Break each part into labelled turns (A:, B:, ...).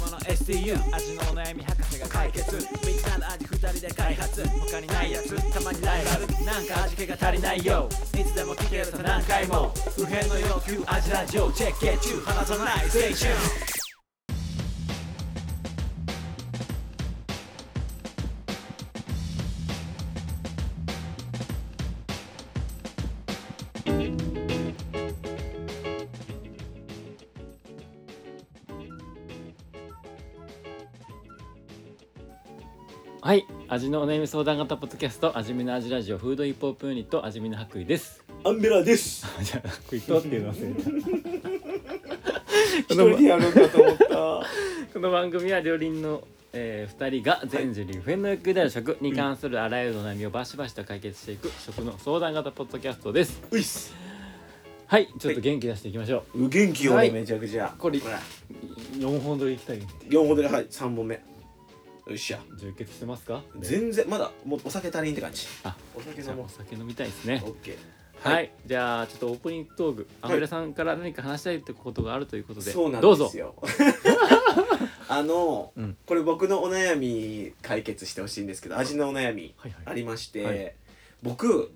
A: もの STU
B: 味のお悩み博士が
A: 解
B: 解決
A: 決みんなの味二人で開発他にないやつたまにライバルなんか味気が足りないよいつでも聞けると何回も不変の要求味ラジオチェックゲッチュー離さないステーション
C: はい味のお悩み相談型ポッドキャスト味見の味ラジオフードヒップホップユニット味見の白衣です
D: アンベラです
C: あじゃあ白衣とっていうの忘れた
D: 一人でやるんだと思った
C: この番組は両輪の、えー、2人が全人類不変の欲求である食に関するあらゆるお悩みをバシバシと解決していく食の相談型ポッドキャストです
D: ういっす
C: はいちょっと元気出していきましょ
D: 無元気よ、
C: は
D: ね
C: い
D: めちゃくちゃ
C: これ
D: ほら
C: う4本撮りいきたい
D: 4本目はい3本目よっしゃ
C: 充血してますか
D: 全然まだもうお酒足りんって感じ
C: あ
D: お酒
C: じゃあ
D: 飲も
C: お
D: う
C: 酒飲みたいですね
D: オッケー
C: はい、じゃあちょっとオープニングトークアンベラさんから何か話したいってことがあるということで、
D: そうなん
C: どうぞ
D: ですよ あの、
C: うん
D: これ僕のお悩み解決してほしいんですけど味のお悩み
C: はい
D: あ
C: はい
D: りまして、
C: はい
D: 僕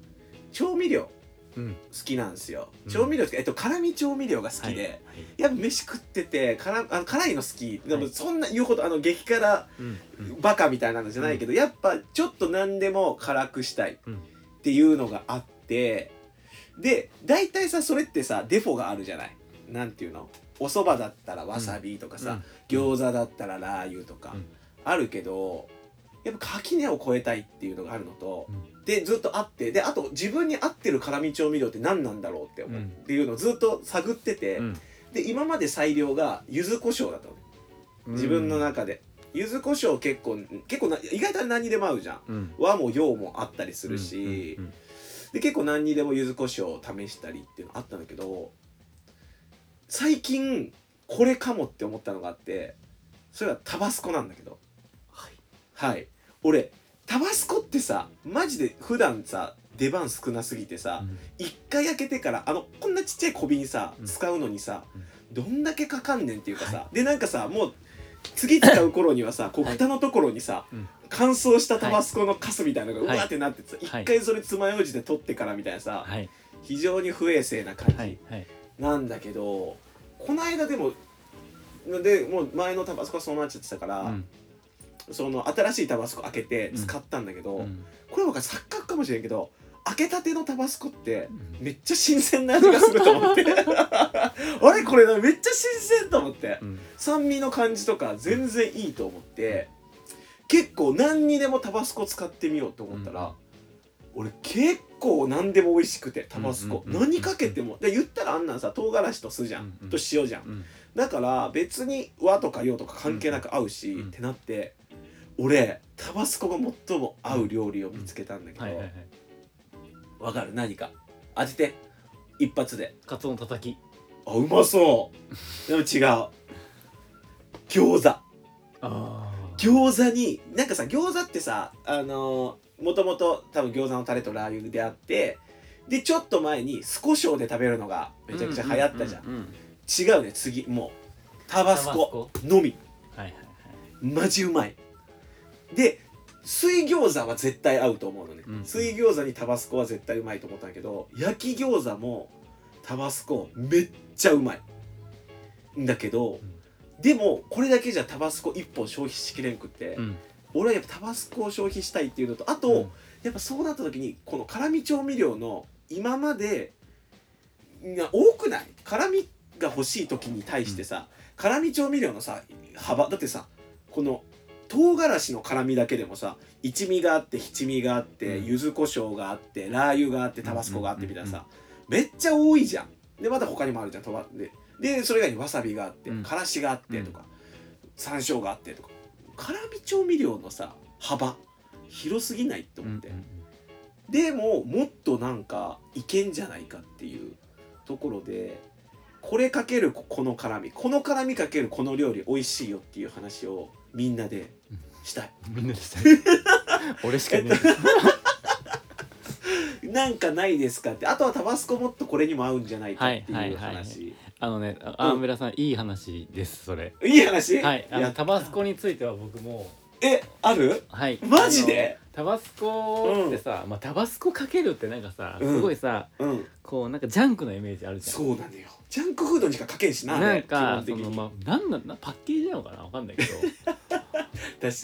D: 調味料
C: うん
D: 好きなんですよ
C: うん
D: 調味料好き、えっと辛味調味料が好きで、
C: はいはい
D: やっぱ飯食ってて辛あの辛いの好きで
C: は
D: も
C: い
D: そんな言うほどあの激辛
C: うんうん
D: バカみたいなのじゃないけど、やっぱちょっと何でも辛くしたいっ
C: うん
D: ていうのがあってで大体さそれってさデフォがあるじゃないなんていうのお蕎麦だったらわさびとかさ、餃子だったらラー油とか、
C: うん
D: あるけどやっぱ垣根を越えたいっていうのがあるのと、
C: う
D: でずっとあってであと自分に合ってる辛味調味料って何なんだろうって思う、
C: うん
D: っていうのをずっと探ってて、
C: うん
D: で今まで最良が柚子胡椒だったのね自分の中で、柚子胡椒結構結構な意外と何にでも合うじゃん
C: うん
D: 和も洋もあったりするし、
C: うんうん
D: で結構何にでも柚子胡椒を試したりっていうのあったんだけど最近これかもって思ったのがあってそれはタバスコなんだけどはい、俺タバスコってさマジで普段さ出番少なすぎてさ、
C: うん
D: 一回開けてからあのこんなちっちゃい小瓶さ、
C: うん
D: 使うのにさ、
C: うん
D: どんだけかかんねんっていうかさ、でなんかさもう次使う頃にはさこう蓋のところにさ、
C: うん
D: 乾燥したタバスコのカスみたいなのが
C: はいう
D: わってなってさ、
C: はい
D: 一回それ爪楊枝で取ってからみたいなさ、
C: はい
D: 非常に不衛生な感
C: はい
D: じ
C: はい
D: なんだけど、この間でもでもう前のタバスコはそうなっちゃってたから、
C: うん
D: その新しいタバスコ開けて使ったんだけど、
C: うん
D: これ僕は錯覚かもしれんけど開けたてのタバスコってめっちゃ新鮮な味がすると 思ってあれこれめっちゃ新鮮と思って
C: うん
D: 酸味の感じとか全然いいと思って結構何にでもタバスコ使ってみようと思ったら、俺結構何でも美味しくてタバスコ、
C: うんうんうんうん
D: 何かけてもで言ったらあんなんさ唐辛子と酢じゃん、
C: うんうん
D: と塩じゃん
C: うん
D: だから別に和とか洋とか関係なく合うし、
C: うん
D: ってなって俺タバスコが最も合う料理を見つけたんだけど、
C: はいはいはい
D: わかる何か当てて一発で
C: カツオのたたき
D: あうまそうでも違う餃子
C: あ
D: 餃子になんかさ餃子ってさあのもともと多分餃子のタレとラー油であってでちょっと前に酢コショウで食べるのがめちゃくちゃ流行ったじゃん,、違うね次もうタバスコのみ
C: はいはい
D: マジうまいで水餃子は絶対合うと思うのね、
C: うん
D: 水餃子にタバスコは絶対うまいと思ったんだけど焼き餃子もタバスコめっちゃうまいんだけど、でもこれだけじゃタバスコ1本消費しきれんくって、
C: うん
D: 俺はやっぱタバスコを消費したいっていうのとあと、
C: うん
D: やっぱそうなった時にこの辛味調味料の今までが多くない辛味が欲しい時に対してさ、辛味調味料のさ幅だってさこの唐辛子の辛味だけでもさ一味があって七味があって、
C: うん
D: 柚子胡椒があってラー油があってタバスコがあって
C: うん
D: み
C: うんう
D: た
C: んうん
D: いなさ、めっちゃ多いじゃんでまた他にもあるじゃんとばででそれ以外にわさびがあって、
C: うん
D: からしがあってとか、山椒があってとか辛味調味料のさ幅広すぎないって
C: うんう
D: 思っ
C: ん
D: て、でももっとなんかいけんじゃないかっていうところでこれかけるここの辛みこの辛みかけるこの料理美味しいよっていう話をみんなでしたい
C: みんなでした 俺しかね
D: なんかないですかってあとはタバスコもっとこれにも合うんじゃないかって
C: はいは
D: いう
C: いはいはい
D: 話
C: あのねあアンベラさんいい話ですそれ
D: いい話
C: はいあ
D: や
C: の
D: った
C: タバスコについては僕も
D: えある
C: はい
D: マジで
C: あのタバスコってさ、まあ、タバスコかけるってなんかさ
D: うん
C: すごいさ、
D: うん
C: こうなんかジャンクなイメージあるじゃん
D: そうなのよジャンクフードにしかかけんしな
C: なんか
D: 基
C: そ
D: 本的
C: の
D: に
C: まあなんなんなパッケージなのかなわかんないけど
D: 確か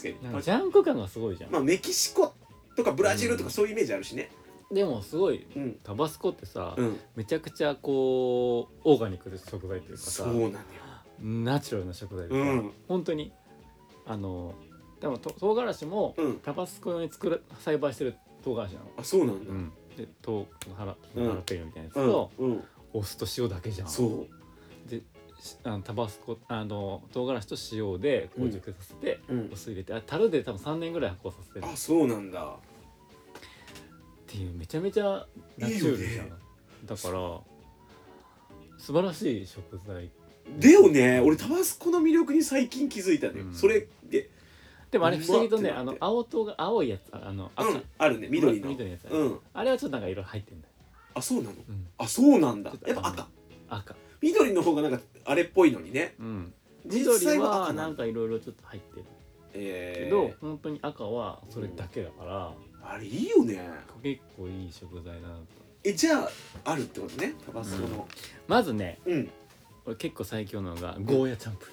D: に
C: なんかジャンク感がすごいじゃん、
D: まあメキシコとかブラジルとかそういうイメージあるしね
C: でもすごい
D: うん
C: タバスコってさ、
D: うん
C: めちゃくちゃこうオーガニックで食材というか
D: そ
C: さ
D: うなのよ
C: ナチュラルな食材で
D: う
C: さ、
D: ん
C: 本当にあのでもと唐辛子も
D: うん
C: タバスコに作る栽培してる唐辛子なの、
D: あそうなんだ
C: うん、でとハラ
D: うん
C: ハラペーニョみたいなやつ
D: うん
C: と、
D: うん
C: お酢と塩だけじゃん
D: そう
C: でしあのタバスコあの唐辛子と塩でこう熟させて、
D: うん
C: お酢入れてあ樽で多分3年ぐらい発酵させてる
D: あそうなんだ
C: っていうめちゃめちゃナチュールじゃん
D: いいよ
C: だから素晴らしい食材
D: でよね俺タバスコの魅力に最近気づいたのよ
C: うん
D: それで
C: でもあれ
D: うまっ
C: 不思議とね
D: って
C: あ
D: なっ
C: の
D: て
C: 青唐が青いやつあの赤、
D: うんあるね緑の
C: 緑のやつある、
D: うん
C: あれはちょっとなんか色々入ってんだよ、
D: あそうなの
C: うん、
D: あそうなんだ
C: ちょっと
D: やっぱ赤
C: 赤
D: 緑の方がなんかあれっぽいのにね
C: うん
D: 実際
C: 緑
D: は
C: は
D: 赤
C: な
D: なんんだ
C: かいろいろちょっと入ってる
D: え
C: けど、
D: ー
C: 本当に赤はそれだけだから、
D: あれいいよね
C: 結構いい食材だなと
D: えじゃああるってことねタバスコの
C: まずね
D: うん
C: 俺結構最強なのがゴーヤチャンプル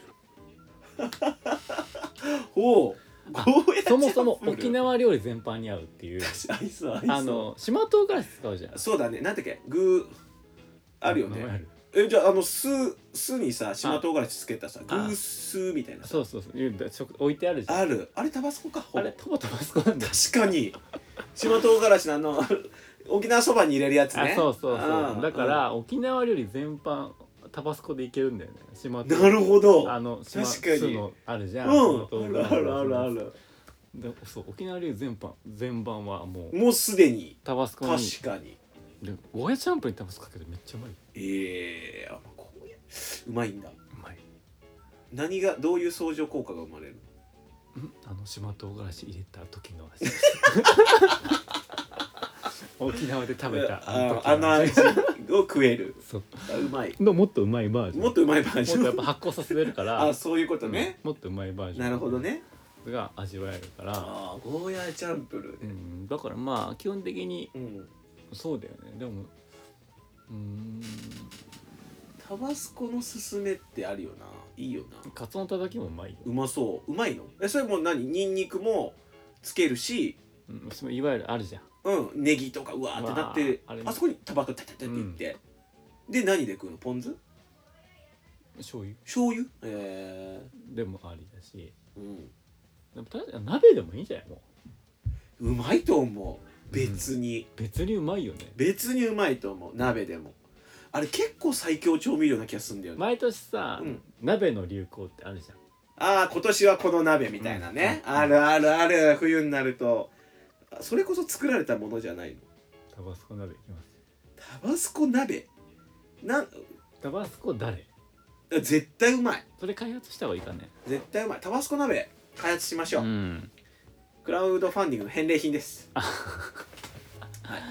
D: おう
C: あ
D: ゴーヤ
C: ーそもそも
D: チャンプルー
C: 沖縄料理全般に合うって いう
D: 確かにそうありそう
C: あの島唐辛子使うじゃん
D: そうだねなんだっけグーあるよ
C: 名前あ
D: ね
C: る
D: えじゃああの酢酢にさ島唐辛子つけたさグ
C: あ
D: ースみたいな
C: そう
D: さ
C: そうそういう食置いてあるじゃん
D: あるあれタバスコかほ
C: あ
D: ぼ
C: れトマトマスコなんだよ
D: 確かに島唐辛子のあの 沖縄そばに入れるやつね
C: あそうそう
D: あ
C: そ
D: ー
C: うだから沖縄料理全般タバスコでいけるんだよね島
D: うんなるほど
C: あの島
D: 確かに
C: 酢のあるじゃん
D: う
C: 島
D: ん
C: 唐辛
D: あ
C: 子
D: るあるある
C: でそう沖縄料理全般全般はも
D: あ
C: う
D: るもうすでに
C: タバスコに
D: 確かに
C: でゴーヤチャンプルにタバスコかけてめっちゃうまいよ
D: ええあこういううまいんだ
C: うまい
D: 何がどういう相乗効果が生まれる
C: んあの島唐辛子入れた時の 味沖縄で食べた
D: ああの味を食える
C: そう
D: あうまい
C: のもっとうまいバージョン
D: もっとうまいバージ
C: もっとや
D: ョ
C: っぱ
D: ン
C: 発酵させれるから
D: あそういうことね、
C: うんもっとうまいバージョン
D: なるほどね
C: が味わえるから、
D: ああゴーヤーチャンプルー
C: う
D: ね
C: ん、だからまあ基本的に
D: うん
C: そうだよねでもうーん
D: タバスコのすすめってあるよないいよな
C: カツオのたたきもうまいよ、
D: うまそううまいのえそれもう何ニンニクもつけるし
C: うん、そのいわゆるあるじゃん
D: うんネギとかうわーってなって
C: うわーあ
D: あ
C: れね
D: そこにタバコタタタっていって、で何で食うのポン酢
C: 醤油
D: 醤油え
C: でもありだし
D: えうん
C: でも確かに鍋でもいいんじゃないもう
D: うまいと思う別に、
C: 別にうまいよね
D: 別にうまいと思う鍋でもあれ結構最強調味料な気がするんだよね、
C: 毎年さ、
D: うん
C: 鍋の流行ってあるじゃん
D: ああ今年はこの鍋みたいなね、
C: うん
D: あるあるある冬になるとあそれこそ作られたものじゃないの
C: タバスコ鍋いきます
D: タバスコ鍋なん
C: タバスコ誰
D: 絶対うまい
C: それ開発した方がいいかね
D: 絶対うまいタバスコ鍋開発しましょう、
C: ん
D: クラウドファンディングの返礼品ですは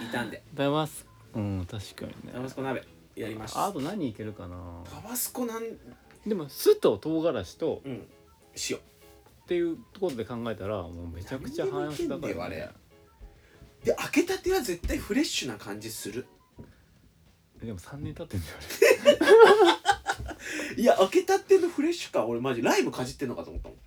D: いいたんで
C: タバスうん確かにね
D: タバスコ鍋やりました
C: あと何いけるかな
D: タバスコなん
C: でも酢と唐辛子と
D: うん塩
C: っていうところで考えたらもうめちゃくちゃ半足だか
D: 何でも
C: ら、
D: いけんだよ
C: ね
D: あ、で開けたては絶対フレッシュな感じする
C: でも3年経ってんだよ
D: いや開けたてのフレッシュ感俺マジライムかじってんのかと思ったもん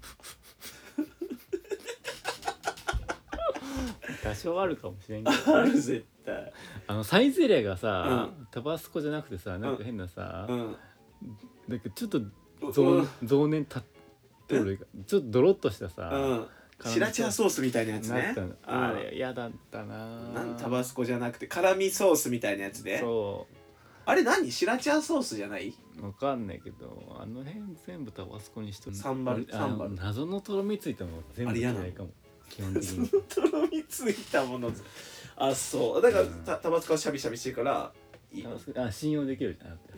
C: あれ多少はあるかもしれんけど
D: ある絶対
C: あのサイゼリアがさ、
D: う
C: タバスコじゃなくてさなんか変なさ、
D: うん
C: なんかちょっと
D: う
C: 増
D: ん
C: 増年たってるかちょっとドロッとしたさ、
D: うん
C: 辛味
D: シラチャーソースみたいなやつ
C: な
D: ね
C: ったのあれ嫌だった
D: うん
C: な
D: なんタバスコじゃなくて辛味ソースみたいなやつで
C: そ
D: あれ何シラチャーソースじゃないう
C: わかんないけどあの辺全部タバスコにしと
D: サンバル
C: あ
D: サンバル
C: 謎のとろみついたの全
D: あ
C: 部
D: れ
C: 嫌
D: 嫌なの
C: いかも基本的
D: そ
C: に
D: のとろみついたものあそうだからたタバスコはシャビシャビしてるからいい
C: あそうあ信用できるじゃなって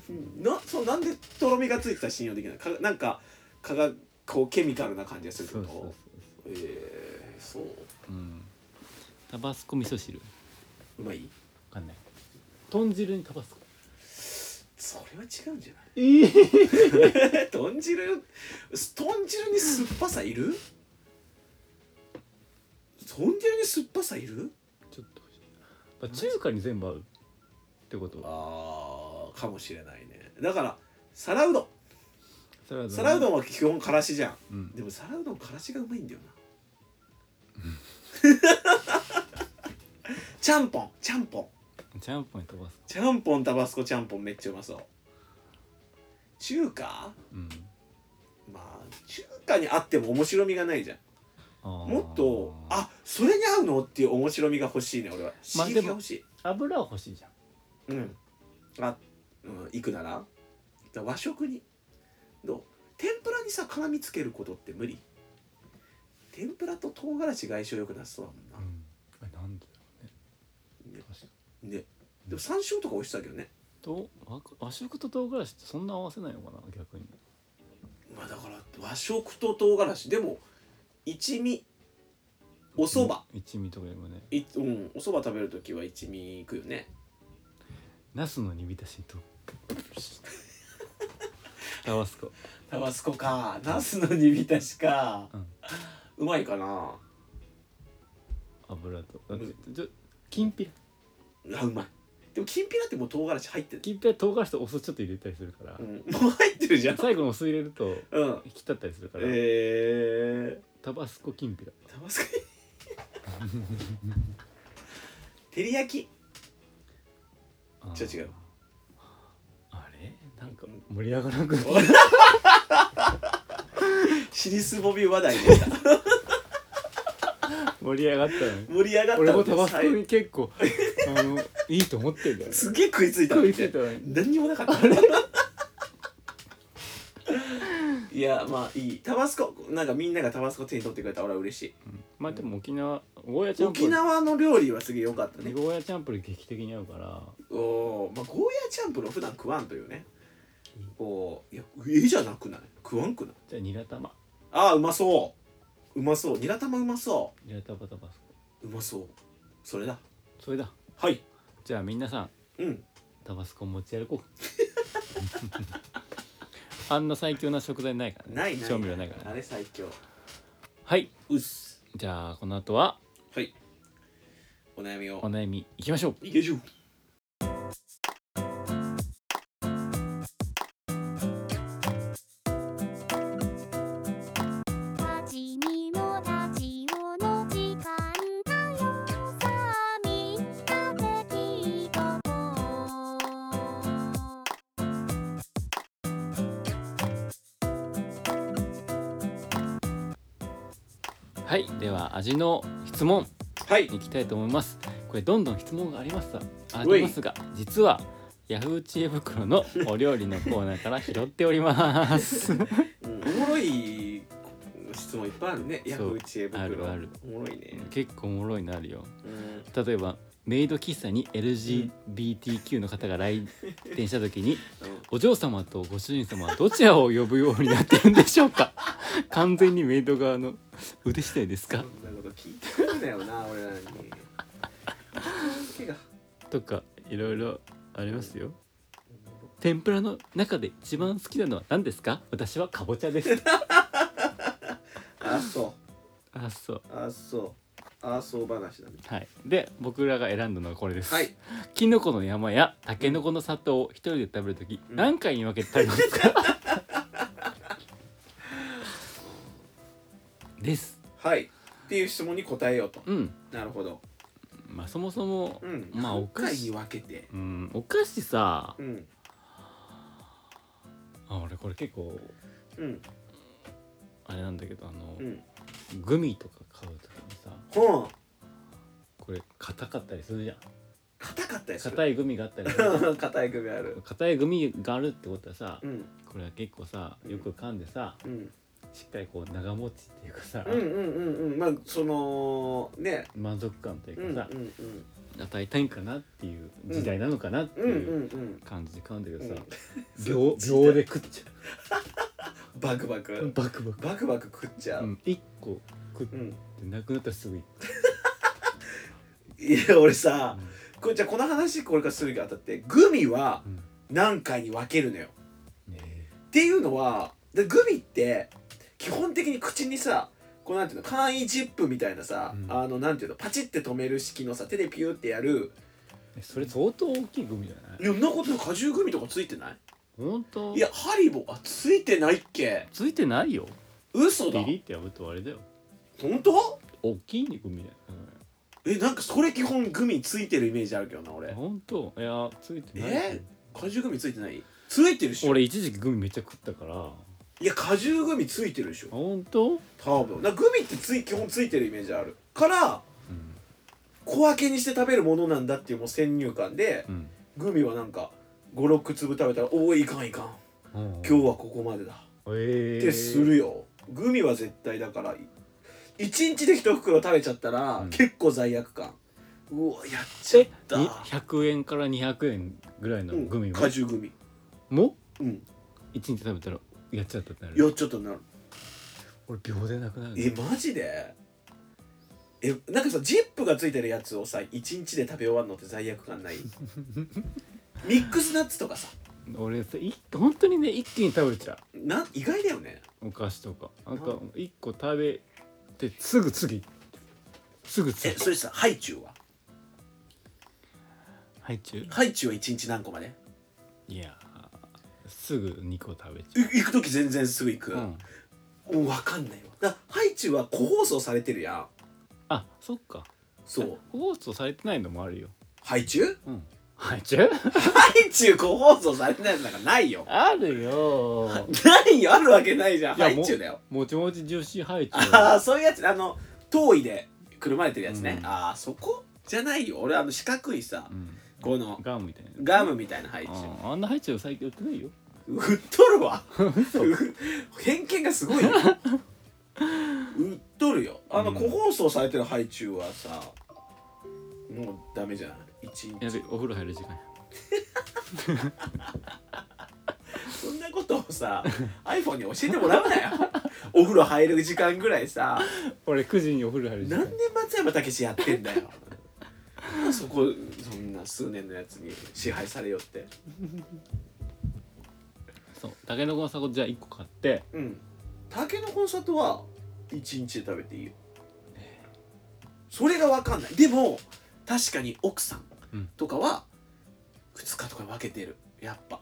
D: なそうなんでとろみがついてたら信用できないかなんか化学こうケミカルな感じがするって
C: そ
D: こ
C: うそ
D: と
C: うそう
D: えー、そう
C: そううんタバスコ味噌汁わ
D: うまい
C: かんない豚汁にタバスコ
D: それは違うんじゃない
C: ええ
D: 豚汁す豚汁に酸っぱさいる豚汁に酸っぱさいる
C: ちょっと欲しいまあ中華に全部合うってことは
D: あーかもしれないねだから皿うどん
C: サラダ
D: 皿うどんは基本からしじゃん
C: うん
D: でも皿うどんからしがうまいんだよなちゃんぽんちゃんぽん
C: ちゃんぽんにタバス
D: ちゃんぽんタバスコちゃんぽんめっちゃうまそう中華
C: コうん
D: まあ中華にあっても面白みがないじゃん
C: あー
D: もっとあそれに合うのっていう面白みが欲しいね俺は
C: まあ
D: 刺激
C: で
D: が
C: も
D: 欲しい、
C: 油は欲しいじゃん
D: うんあ、うん、行くならだから和食にどう天ぷらにさ辛みつけることって無理天ぷらと唐辛子が相性良くなさそうだもんな、
C: うんえなんでだろうね
D: ね
C: 確かに
D: ねでも山椒とか美味しそうだけどね
C: と和和食と唐辛子ってそんな合わせないのかな逆に
D: まあだから和食と唐辛子でも一味お蕎麦、
C: 一味とかよりもね
D: いうん、お蕎麦食べるときは一味いくよね
C: ナスの煮浸しとタバスコ
D: タバスコかナスの煮浸しか
C: うん
D: うまいかな
C: 油と
D: うん
C: ちょきんぴら
D: あうまいでもきんぴらってもう唐辛子入ってる、
C: きんぴら唐辛子とお酢ちょっと入れたりするから
D: うん、もう入って るじゃん
C: 最後のお酢入れると
D: うん
C: 引き立ったりするから
D: え
C: タバスコきんぴら
D: ー、タバスコ照り焼き
C: あ
D: 違う違う
C: あれなんか盛り上がらなくなった
D: シリスボビ話題でした
C: 盛り上がったのに
D: 盛り上がった
C: 俺も
D: の
C: タバスコ
D: 最後
C: に結構あのいいと思ってんだよ
D: すげえ食いついたの
C: 食いついたのに
D: 何にもなかったいやまあいいタバスコなんかみんながタバスコ手に取ってくれたら俺は嬉し
C: まあでも沖縄ゴーヤ
D: い
C: チャンプ
D: 沖縄の料理はすげえ良かったね
C: ルゴーヤチャンプル劇的に合うから
D: おおまあゴーヤチャンプルを普段食わんというねこういやえじゃなくない食わんくない
C: じゃあニラ玉
D: あーうまそううまそうニラ玉うまそ
C: ニラ玉タバスコ
D: ううまそうそれだ
C: それだ
D: はい
C: じゃあみんなさん
D: うん
C: タバスコ持ち歩こ うあんな最強な食材ないからね
D: ないない
C: 調味料ないから
D: あ
C: ね
D: れ最強
C: はいう
D: っす
C: じゃあこの後は
D: はいお悩みを
C: お悩みいきましょう
D: よいしょ
E: 立ちにも立ちよの時間だよさあみんなで聞いとこう
C: はいでは味の質問
D: はい
C: いきたいと思いますこれどんどん質問がありますがあ
D: うい
C: りますが実はヤフー知恵袋のお料理のコーナーから拾っております
D: うんおもろい質問いっぱいあるね
C: そう
D: ヤフー知恵袋
C: あるある
D: おもろいね
C: 結構おもろいのあるよ
D: うん
C: 例えばメイド喫茶に LGBTQ の方が来店した時にお嬢様とご主人様はどちらを呼ぶようになってるんでしょう か完全にメイド側の腕次第ですか
D: そんなこと聞いてくんだよな俺らに手が
C: とかいろいろありますよ天ぷらの中で一番好きなのは何ですか私はかぼちゃです
D: あそ
C: あそう
D: うあそうあそう話だね
C: はい、で僕らが選んだのはこれです、
D: はい
C: キノコの山やタケノコの里を一人で食べるとき、
D: ん
C: 何回に分けて食べますか です
D: はいっていう質問に答えようと
C: うん
D: なるほど
C: まあそもそも、
D: うん
C: まあお菓
D: 回に
C: 子
D: 分けて
C: うんお菓子さ
D: うん
C: あ俺これ結構
D: うん
C: あれなんだけどあの、
D: うん
C: グミとか買うときにさ
D: ほん
C: これ硬かったりするじゃん
D: 硬かったです
C: 硬いグミがあったりす る
D: 硬い首ある
C: 硬いグミがあるってことはさ、
D: うん
C: これは結構さよく噛んでさ
D: うん
C: しっかりこう長持ちっていうかさ、
D: うんうんうんうんまあそのね
C: 満足感という
D: うんうん
C: かさ、
D: うん
C: 与えたいんかなっていう時代なのかなって
D: うんうん
C: いう
D: うん
C: 感じで噛んだけどさ、
D: うん
C: 秒
D: 時代
C: 秒で食っち
D: バクバ
C: ゃう
D: ク
C: バクバク、
D: バクバク食っちゃ
C: う
D: う、
C: ん、1個食っ
D: う
C: て
D: ん、
C: なくなったらすぐ行く
D: いや俺さこれじゃあこの話これからするにあたってグミは
C: うん
D: 何回に分けるのよ
C: うんね
D: っていうのはでグミって基本的に口にさこうなんていうの簡易ジップみたいなさ、
C: うん
D: あのなんていうのパチって止める式のさ手でピューってやる
C: えそれ相当大きいグミじゃない
D: いやんなことない果汁グミとかついてない
C: 本当
D: いやハリボあついてないっけ
C: ついてないよ
D: 嘘だ
C: ビリってやるとあれだよ
D: 本当
C: 大きいグミだよ、
D: えなんかそれ基本グミついてるイメージあるけどな
C: うん、
D: 俺
C: 本当いやついてないよ
D: え果汁グミついてないついてるっしょ
C: 俺一時期グミめっちゃ食ったから
D: いや果汁グミついてるでしょ
C: 本当、うん、
D: 多分なグミってつい基本ついてるイメージあるから小分けにして食べるものなんだっていうもう先入観で
C: うん
D: グミはなんか56粒食べたら「おおいかんいかん
C: 今
D: 今日はここまでだ」
C: え
D: ってするよグミは絶対だから1日で1袋食べちゃったら、
C: うん
D: 結構罪悪感うわやっちゃ
C: え
D: った
C: に100円から200円ぐらいの
D: うん
C: グミも,、
D: 果汁グミ
C: も
D: うん
C: 1日食べたらやっちゃったってなる
D: やっちゃったなる
C: 俺秒でなくなる
D: えマジでえなんかさジップがついてるやつをさ1日で食べ終わるのって罪悪感 ないミックスナッツとかさ
C: 俺さい本当にね一気に食べちゃ
D: な意外だよね
C: うお菓子とかなんか1個食べてすぐ次すぐ
D: え
C: 次
D: それさハイチュウは
C: ハイチュウ
D: ハイチュウは1日何個まで
C: いやーすぐ2個食べち
D: い行く時全然すぐ行く、
C: ゃう、う
D: も
C: ん、
D: う分かんないわだからハイチュウは個包装されてるやん
C: あそっか
D: そう
C: 放送されてないのもあるよ
D: ハイチュウ
C: うんハイチュウ
D: ハイチュウ個包装されてないやつなんかない よ
C: あるよ
D: ないよあるわけないじゃん
C: いや
D: ハイチュウだよ
C: もちもちジューシーハイ チ
D: あ
C: ュ
D: あそういうやつあの遠いでくるまれてるやつね、
C: うん
D: ああそこじゃないよ俺あの四角いさ
C: ウ、うん、
D: この
C: ガムみたいな
D: ガムみたいな配置
C: ああんなハイチュウ最近売ってないよ
D: 売っとるわ偏見がすごいね売っとるよあの
C: うん
D: 個包装されてる配置はさもうダメじゃない一
C: やべ
D: 日
C: お風呂入る時間や
D: そんなことを さ iPhone に教えてもらうなよお風呂入る時間ぐらいさ
C: 俺9時にお風呂入る時
D: 何
C: 間
D: 年松山武史やってんだよそこそんな数年のやつに支配されよって
C: そうタケノコのサコじゃあ1個買って
D: うん竹のコンサートは一日で食べていいよそれが分かんないでも確かに奥さん
C: うん
D: とかは2日とかに分けてるやっぱ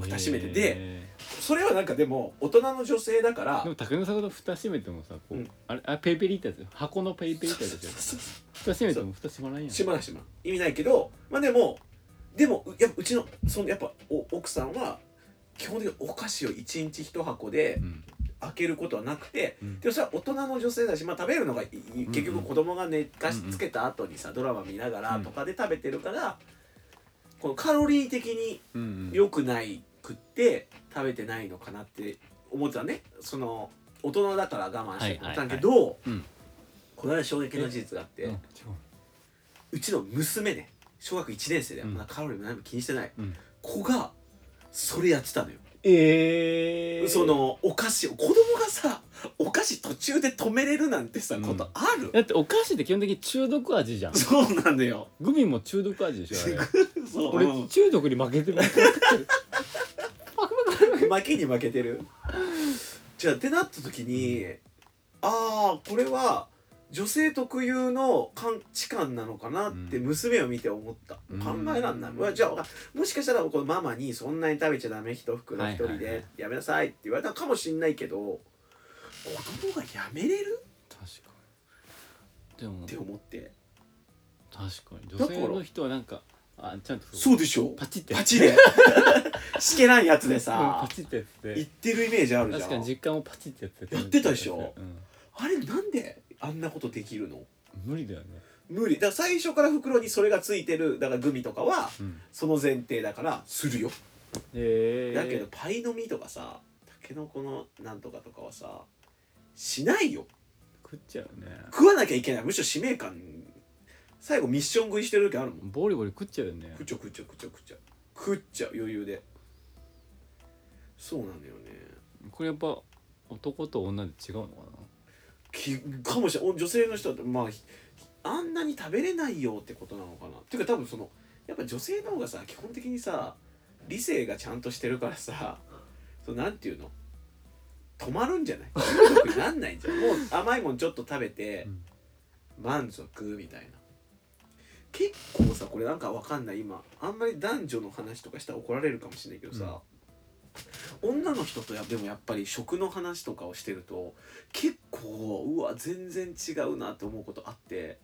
D: 蓋閉めてで
C: え
D: それはなんかでも大人の女性だか
C: ー
D: ら
C: でもタケノコのサコと蓋閉めてもさこう、
D: うん
C: あれあペイペリってやつ箱のペイペリってやつでしょ蓋閉めても蓋閉まらんやん
D: しまらしまら意味ないけどまあでもでもうやっぱうちのそのやっぱお奥さんは基本的にお菓子を1日1箱で
C: うん
D: 開けることはなくて、
C: うん
D: でもそれは大人の女性だし、まあ、食べるのがいい結局子供が寝かしつけた後にさ、ドラマ見ながらとかで食べてるから、このカロリー的に
C: うんうん
D: 良くないくって食べてないのかなって思ってたねその大人だから我慢してたんだけど、
C: うん
D: この間衝撃の事実があって、
C: う
D: うん
C: 違う
D: ちの娘ね小学1年生で、
C: うん
D: まだカロリーも何も気にしてない、
C: うん
D: 子がそれやってたのよ。
C: ええー、
D: そのお菓子を子供がさお菓子途中で止めれるなんてさ、
C: うん
D: ことある
C: だってお菓子って基本的に中毒味じゃん
D: そうなんだよ
C: グミも中毒味でしょあれ
D: そう
C: 俺
D: うん
C: 中毒に負けてる
D: 負けに負けてるじゃあってなった時にああこれは女性特有の感知感なのかなって
C: うん
D: 娘を見て思った、
C: うん
D: 考えらんない、うわじゃあもしかしたらこのママに「そんなに食べちゃダメ一袋一
C: は
D: 人
C: いはいは
D: で
C: い
D: やめなさい」って言われたかもしんないけど子供がやめれる
C: 確かにでも
D: って思って
C: 確かに
D: だ
C: 女
D: から
C: 性の人はなんかあちゃんと
D: そうでしょ
C: パチって
D: パ チでしけないやつで
C: うん
D: さ
C: パチってやって
D: 言ってるイメージあるじゃ
C: 確かに
D: ん
C: 実家もパチってやって
D: やってたでしょ
C: うん
D: あれなんであんなことできるの
C: 無理だよね
D: 無理だから最初から袋にそれがついてるだからグミとかは
C: うん
D: その前提だからするよ、
C: ええ
D: だけどパイの実とかさたけのこのなんとかとかはさしないよ
C: 食っちゃうね
D: 食わなきゃいけないむしろ使命感最後ミッション食いしてる時あるもん
C: ボリボリ食っちゃうよね
D: くちょくちょくちょくちょ食っちゃう余裕でそうなんだよね
C: これやっぱ男と女で違うのか
D: きかもしれない女性の人だとまあひあんなに食べれないよってことなのかなっていうか多分そのやっぱ女性の方がさ基本的にさ理性がちゃんとしてるからさそのなんていうの止まるんじゃない 中毒になんないんじゃんもう甘いもんちょっと食べて
C: うん
D: 満足みたいな結構さこれなんかわかんない今あんまり男女の話とかしたら怒られるかもしれないけどさ、女の人とやでもやっぱり食の話とかをしてると結構うわ全然違うなって思うことあって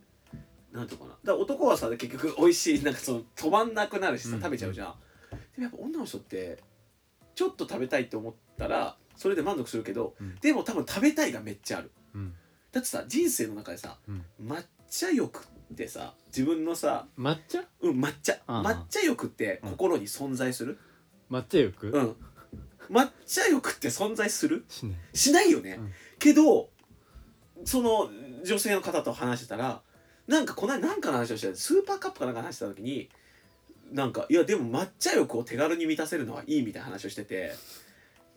D: なんていうのかなだから男はさ結局美味しいなんかその止まんなくなるしさ
C: うん
D: 食べちゃうじゃん、でもやっぱ女の人ってちょっと食べたいって思ったらそれで満足するけど、
C: うん
D: でも多分食べたいがめっちゃある
C: な、うん、
D: だってさ人生の中でさ、
C: うん
D: 抹茶欲ってさ自分のさ、
C: 抹茶
D: うん、抹茶
C: うんうん
D: 抹茶欲って心に存在する、
C: 抹茶よく、
D: うん抹茶欲って存在する
C: しない
D: しないよね、
C: うん
D: けどその女性の方と話してたらなんかこの間なんかの話をしてたスーパーカップかなんかの話してた時になんかいやでも抹茶欲を手軽に満たせるのはいいみたいな話をしてて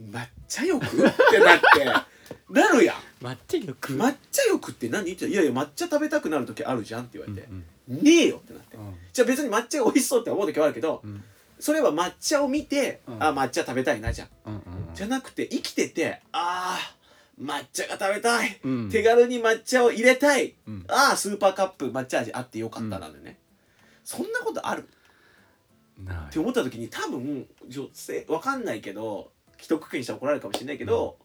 D: 抹茶欲ってなってなるやん
C: 抹茶よく
D: 抹茶欲って何って言ったら「いやいや抹茶食べたくなる時あるじゃん」って言わ
C: うん
D: れ
C: う
D: て
C: ん
D: 「ねえよ」ってなって
C: うん
D: じゃあ別に抹茶が美味しそうって思う時はあるけど
C: うん
D: それは抹茶を見て「
C: うん
D: あ抹茶食べたいな」じゃん
C: うんうん
D: じゃなくて生きてて「あー抹茶が食べたい」
C: うん
D: 手軽に抹茶を入れたい、
C: うん
D: ああスーパーカップ抹茶味あってよかったなんでね、そんなことある
C: な
D: って思った時に多分女性わかんないけど一括りにしたら怒られるかもしれないけど、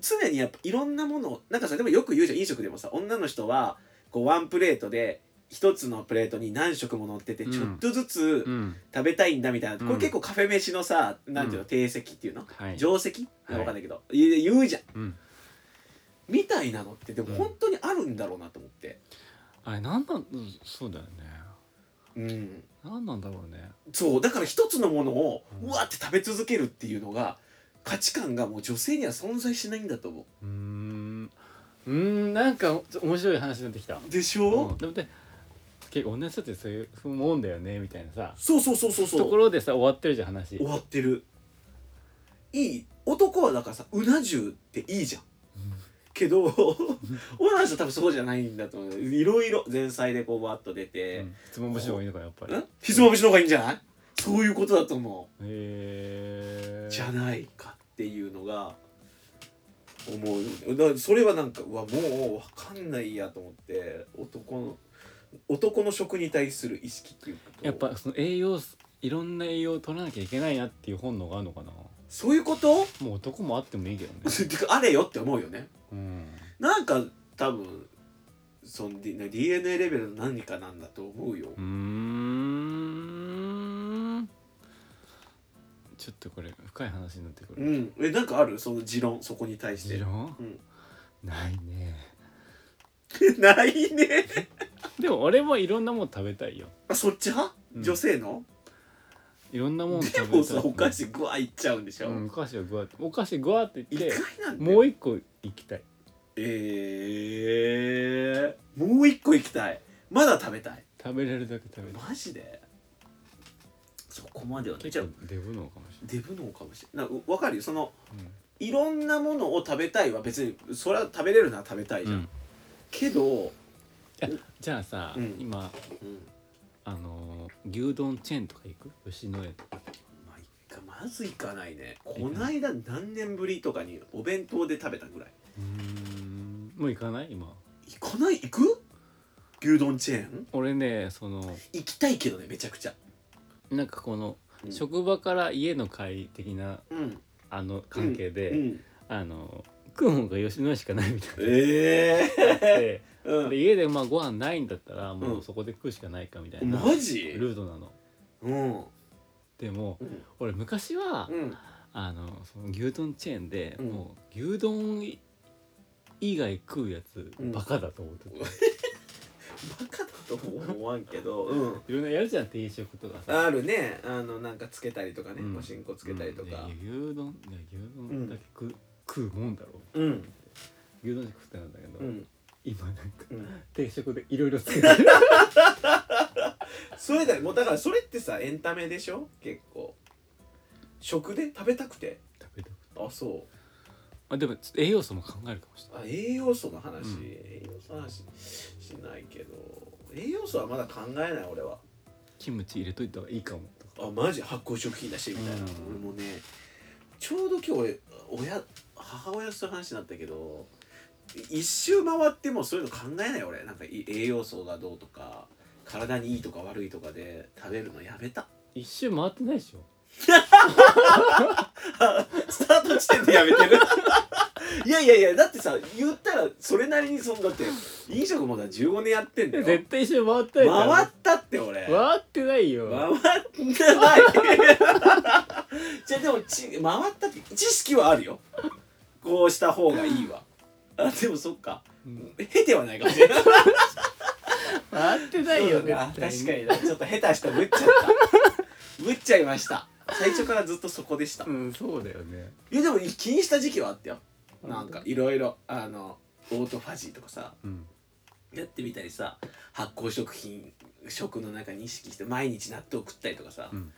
D: 常にやっぱいろんなものをなんかさでもよく言うじゃん飲食でもさ女の人はこうワンプレートで一つのプレートに何食も乗ってて
C: うん
D: ちょっとずつ
C: うん
D: 食べたいんだみたいな、こ
C: う
D: れ
C: ん
D: 結構カフェ飯のさなんていうの、
C: うん
D: 定石っていうの
C: はい
D: 定石、
C: はい
D: わかんないけど言う言うじゃん
C: うん
D: みたいなのってでも本当にあるんだろうなと思って。
C: あれなんなんうんそうだよね
D: うん
C: なんなんだろうね
D: そうだから一つのものを
C: うん
D: うわって食べ続けるっていうのが価値観がもう女性には存在しないんだと思
C: うーんうーんなんかちょ面白い話になってきた
D: うでし
C: う
D: ょ、
C: んでもね結構同じ人ってそういうもんだよねみたいなさ
D: そうそうそうそうそ
C: とこ
D: う
C: ろでさ終わってるじゃん話
D: 終わってるいい男はだからさうな重っていいじゃんけど女の人は多分そうじゃないんだと思ういろいろ前菜でこうバッと出
C: う
D: て
C: ん質問もしもいいのかなやっぱり
D: んひつまぶしの方がいいんじゃないそういうことだと思
C: へ
D: う
C: え
D: じゃないかっていうのが思うだからそれはなんかうわもうわかんないやと思って男の男の食に対する意識っていうこと
C: やっぱその栄養素いろんな栄養を取らなきゃいけないなっていう本能があるのかな
D: そういうこと
C: もう男もあってもいいけどね
D: てかあれよって思うよね
C: うん
D: なんか多分その D- DNA レベルの何かなんだと思うよ
C: うーんちょっとこれ深い話になってく
D: う
C: る
D: んえなんかあるその持論そこに対して
C: 持論
D: うん
C: ないね
D: ないね
C: でも俺もいろんなもん食べたいよ
D: あそっち派、
C: うん
D: 女性の
C: いろんなもん食べ
D: で
C: たい
D: もさお菓子グワいっちゃうんでしょ、
C: うん、お菓子はグワってお菓子グワって
D: 意
C: 言って
D: 外なんだよ
C: もう一個行きたい
D: えー、もう一個行きたいまだ食べたい
C: 食べれるだけ食べたい
D: マジでそこまではねじ
C: 結
D: ゃあ
C: 構デブのかもし
D: デブのかもしれないなわかるよその
C: れない、
D: いろんなものを食べたいは別にそれは食べれるなら食べたいじ
C: う
D: ゃ
C: ん
D: ん、けど、
C: じゃあさ、
D: うん
C: 今
D: うん、
C: あのー牛丼チェーンとか行く吉野家とか
D: まあいっかまず行かないねこないだ何年ぶりとかにお弁当で食べたぐらいう
C: ーんもう行かない今
D: 行かない行く牛丼チェーン
C: 俺ねその
D: 行きたいけどねめちゃくちゃ
C: なんかこの、
D: うん
C: 職場から家の会的な
D: うん
C: あの関係で、
D: うん
C: あの食うもんが吉野家しかないみたいに
D: ええ
C: なって、
D: う
C: で
D: ん
C: 家でまあご飯ないんだったらもうんうそこで食うしかないかみたいな、
D: マジ
C: ルートなの
D: うん
C: でも
D: うん
C: 俺昔は、
D: うん
C: あのその牛丼チェーンで、
D: うん
C: もう牛丼以外食うやつ
D: うん
C: バカだと思ってた、
D: うバカだとも思わんけど、うん、
C: いろんなやるじゃん定食とかさ
D: あるねあのなんかつけたりとかね、
C: うん
D: おしんこつけたりとか
C: うんいや牛丼いや牛丼だけ食,、う食うもんだろ
D: うん
C: 牛丼しか食ってないんだけど、
D: うん
C: 今なんか
D: うん
C: 定食でいろいろつ けてる
D: それだよもうだからそれってさエンタメでしょ結構食で食べたくて
C: 食べた
D: あそう
C: あでもちょっと栄養素も考えるかもしれない
D: あ栄養素の話、
C: うん
D: 栄養素の話しないけど栄養素はまだ考えない俺は
C: キムチ入れといた方がいいかもとか
D: あマジ発酵食品出してみたいな、
C: うん
D: 俺もねちょうど今日俺親母親と話になったけど一周回ってもそういうの考えない俺なんかい栄養素がどうとか体にいいとか悪いとかで食べるのやめた
C: 一周回ってないでしょ
D: スタート地点でやめ てるいやいやいやだってさ言ったらそれなりにそんだって飲食もだ15年やってんだよ
C: 絶対一周回ってない
D: 回ったって俺
C: 回ってないよ
D: 回ってない じゃあでもち回ったって知識はあるよこうした方がいいわあでもそっか、
C: うん
D: 経てはないかもし れない
C: 回ってないよ
D: そうだな
C: 絶対
D: 確かになちょっと下手したぶっちゃったぶっちゃいました最初からずっとそこでした、
C: うんそうだよね
D: いやでも気にした時期はあったよなんかいろいろあのオートファジーとかさ
C: うん
D: やってみたりさ発酵食品食の中に意識して毎日納豆食ったりとかさ、
C: うん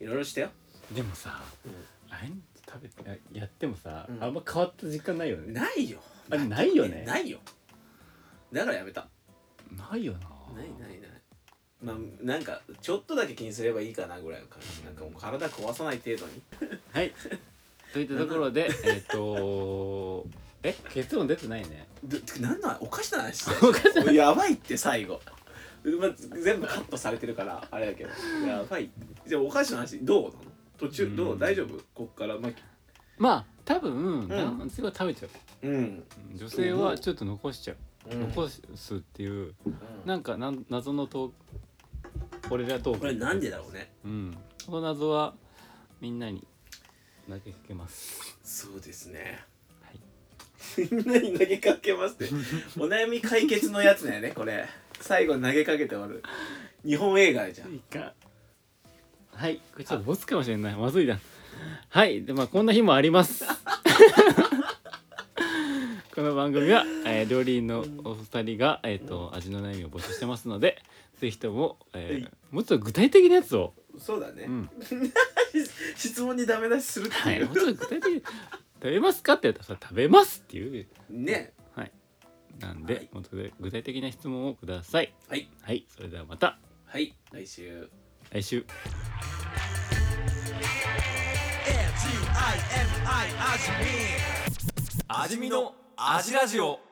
D: いろいろしたよ
C: でもさ、
D: う
C: あれ食べてやってもさ、
D: うん
C: あんま変わった実感ないよね
D: ないよ
C: あれないよね
D: ないよだからやめた
C: ないよな
D: ないないないまあなんかちょっとだけ気にすればいいかなぐらいの感じなんかもう体壊さない程度に
C: はい といったところでえっとえ結論出てないね
D: どなんなんおかしな話して おかやばいって最後、まあ、全部カットされてるからあれだけどやばいじゃあおかしな話どうなの途中ど
C: う
D: うん大丈夫こっからまあ
C: まあ多分男性は食べちゃう
D: うん、
C: 女性はちょっと残しちゃう、
D: うん
C: 残すっていう
D: な
C: なんかなん謎のと俺らトーク
D: これなんでだろうね
C: うんこの謎はみんなに投げかけます
D: そうですね
C: はい
D: みんなに投げか けますってお悩み解決のやつだよねこれ最後に投げかけて終わる日本映画じゃん
C: いかはいこれちょっとボツかもしれないまずいなはいでまあこんな日もあります この番組は、えー料理人のお二人が、えー、と味の悩みを募集してますのでぜひとも、えー
D: は
C: もうちょっと具体的なやつを、
D: そうだね、
C: うん
D: 質問にダメ出しするって
C: はいい、
D: う、
C: もうちょっと具体的に食べますかって言ったらそれ食べますっていう
D: ね
C: なんで、
D: はい
C: もっと具体的な質問をください
D: はい
C: はいそれではまた
D: はい来週
C: 来週
A: AGIMI 味見
B: 味見の味ラジオ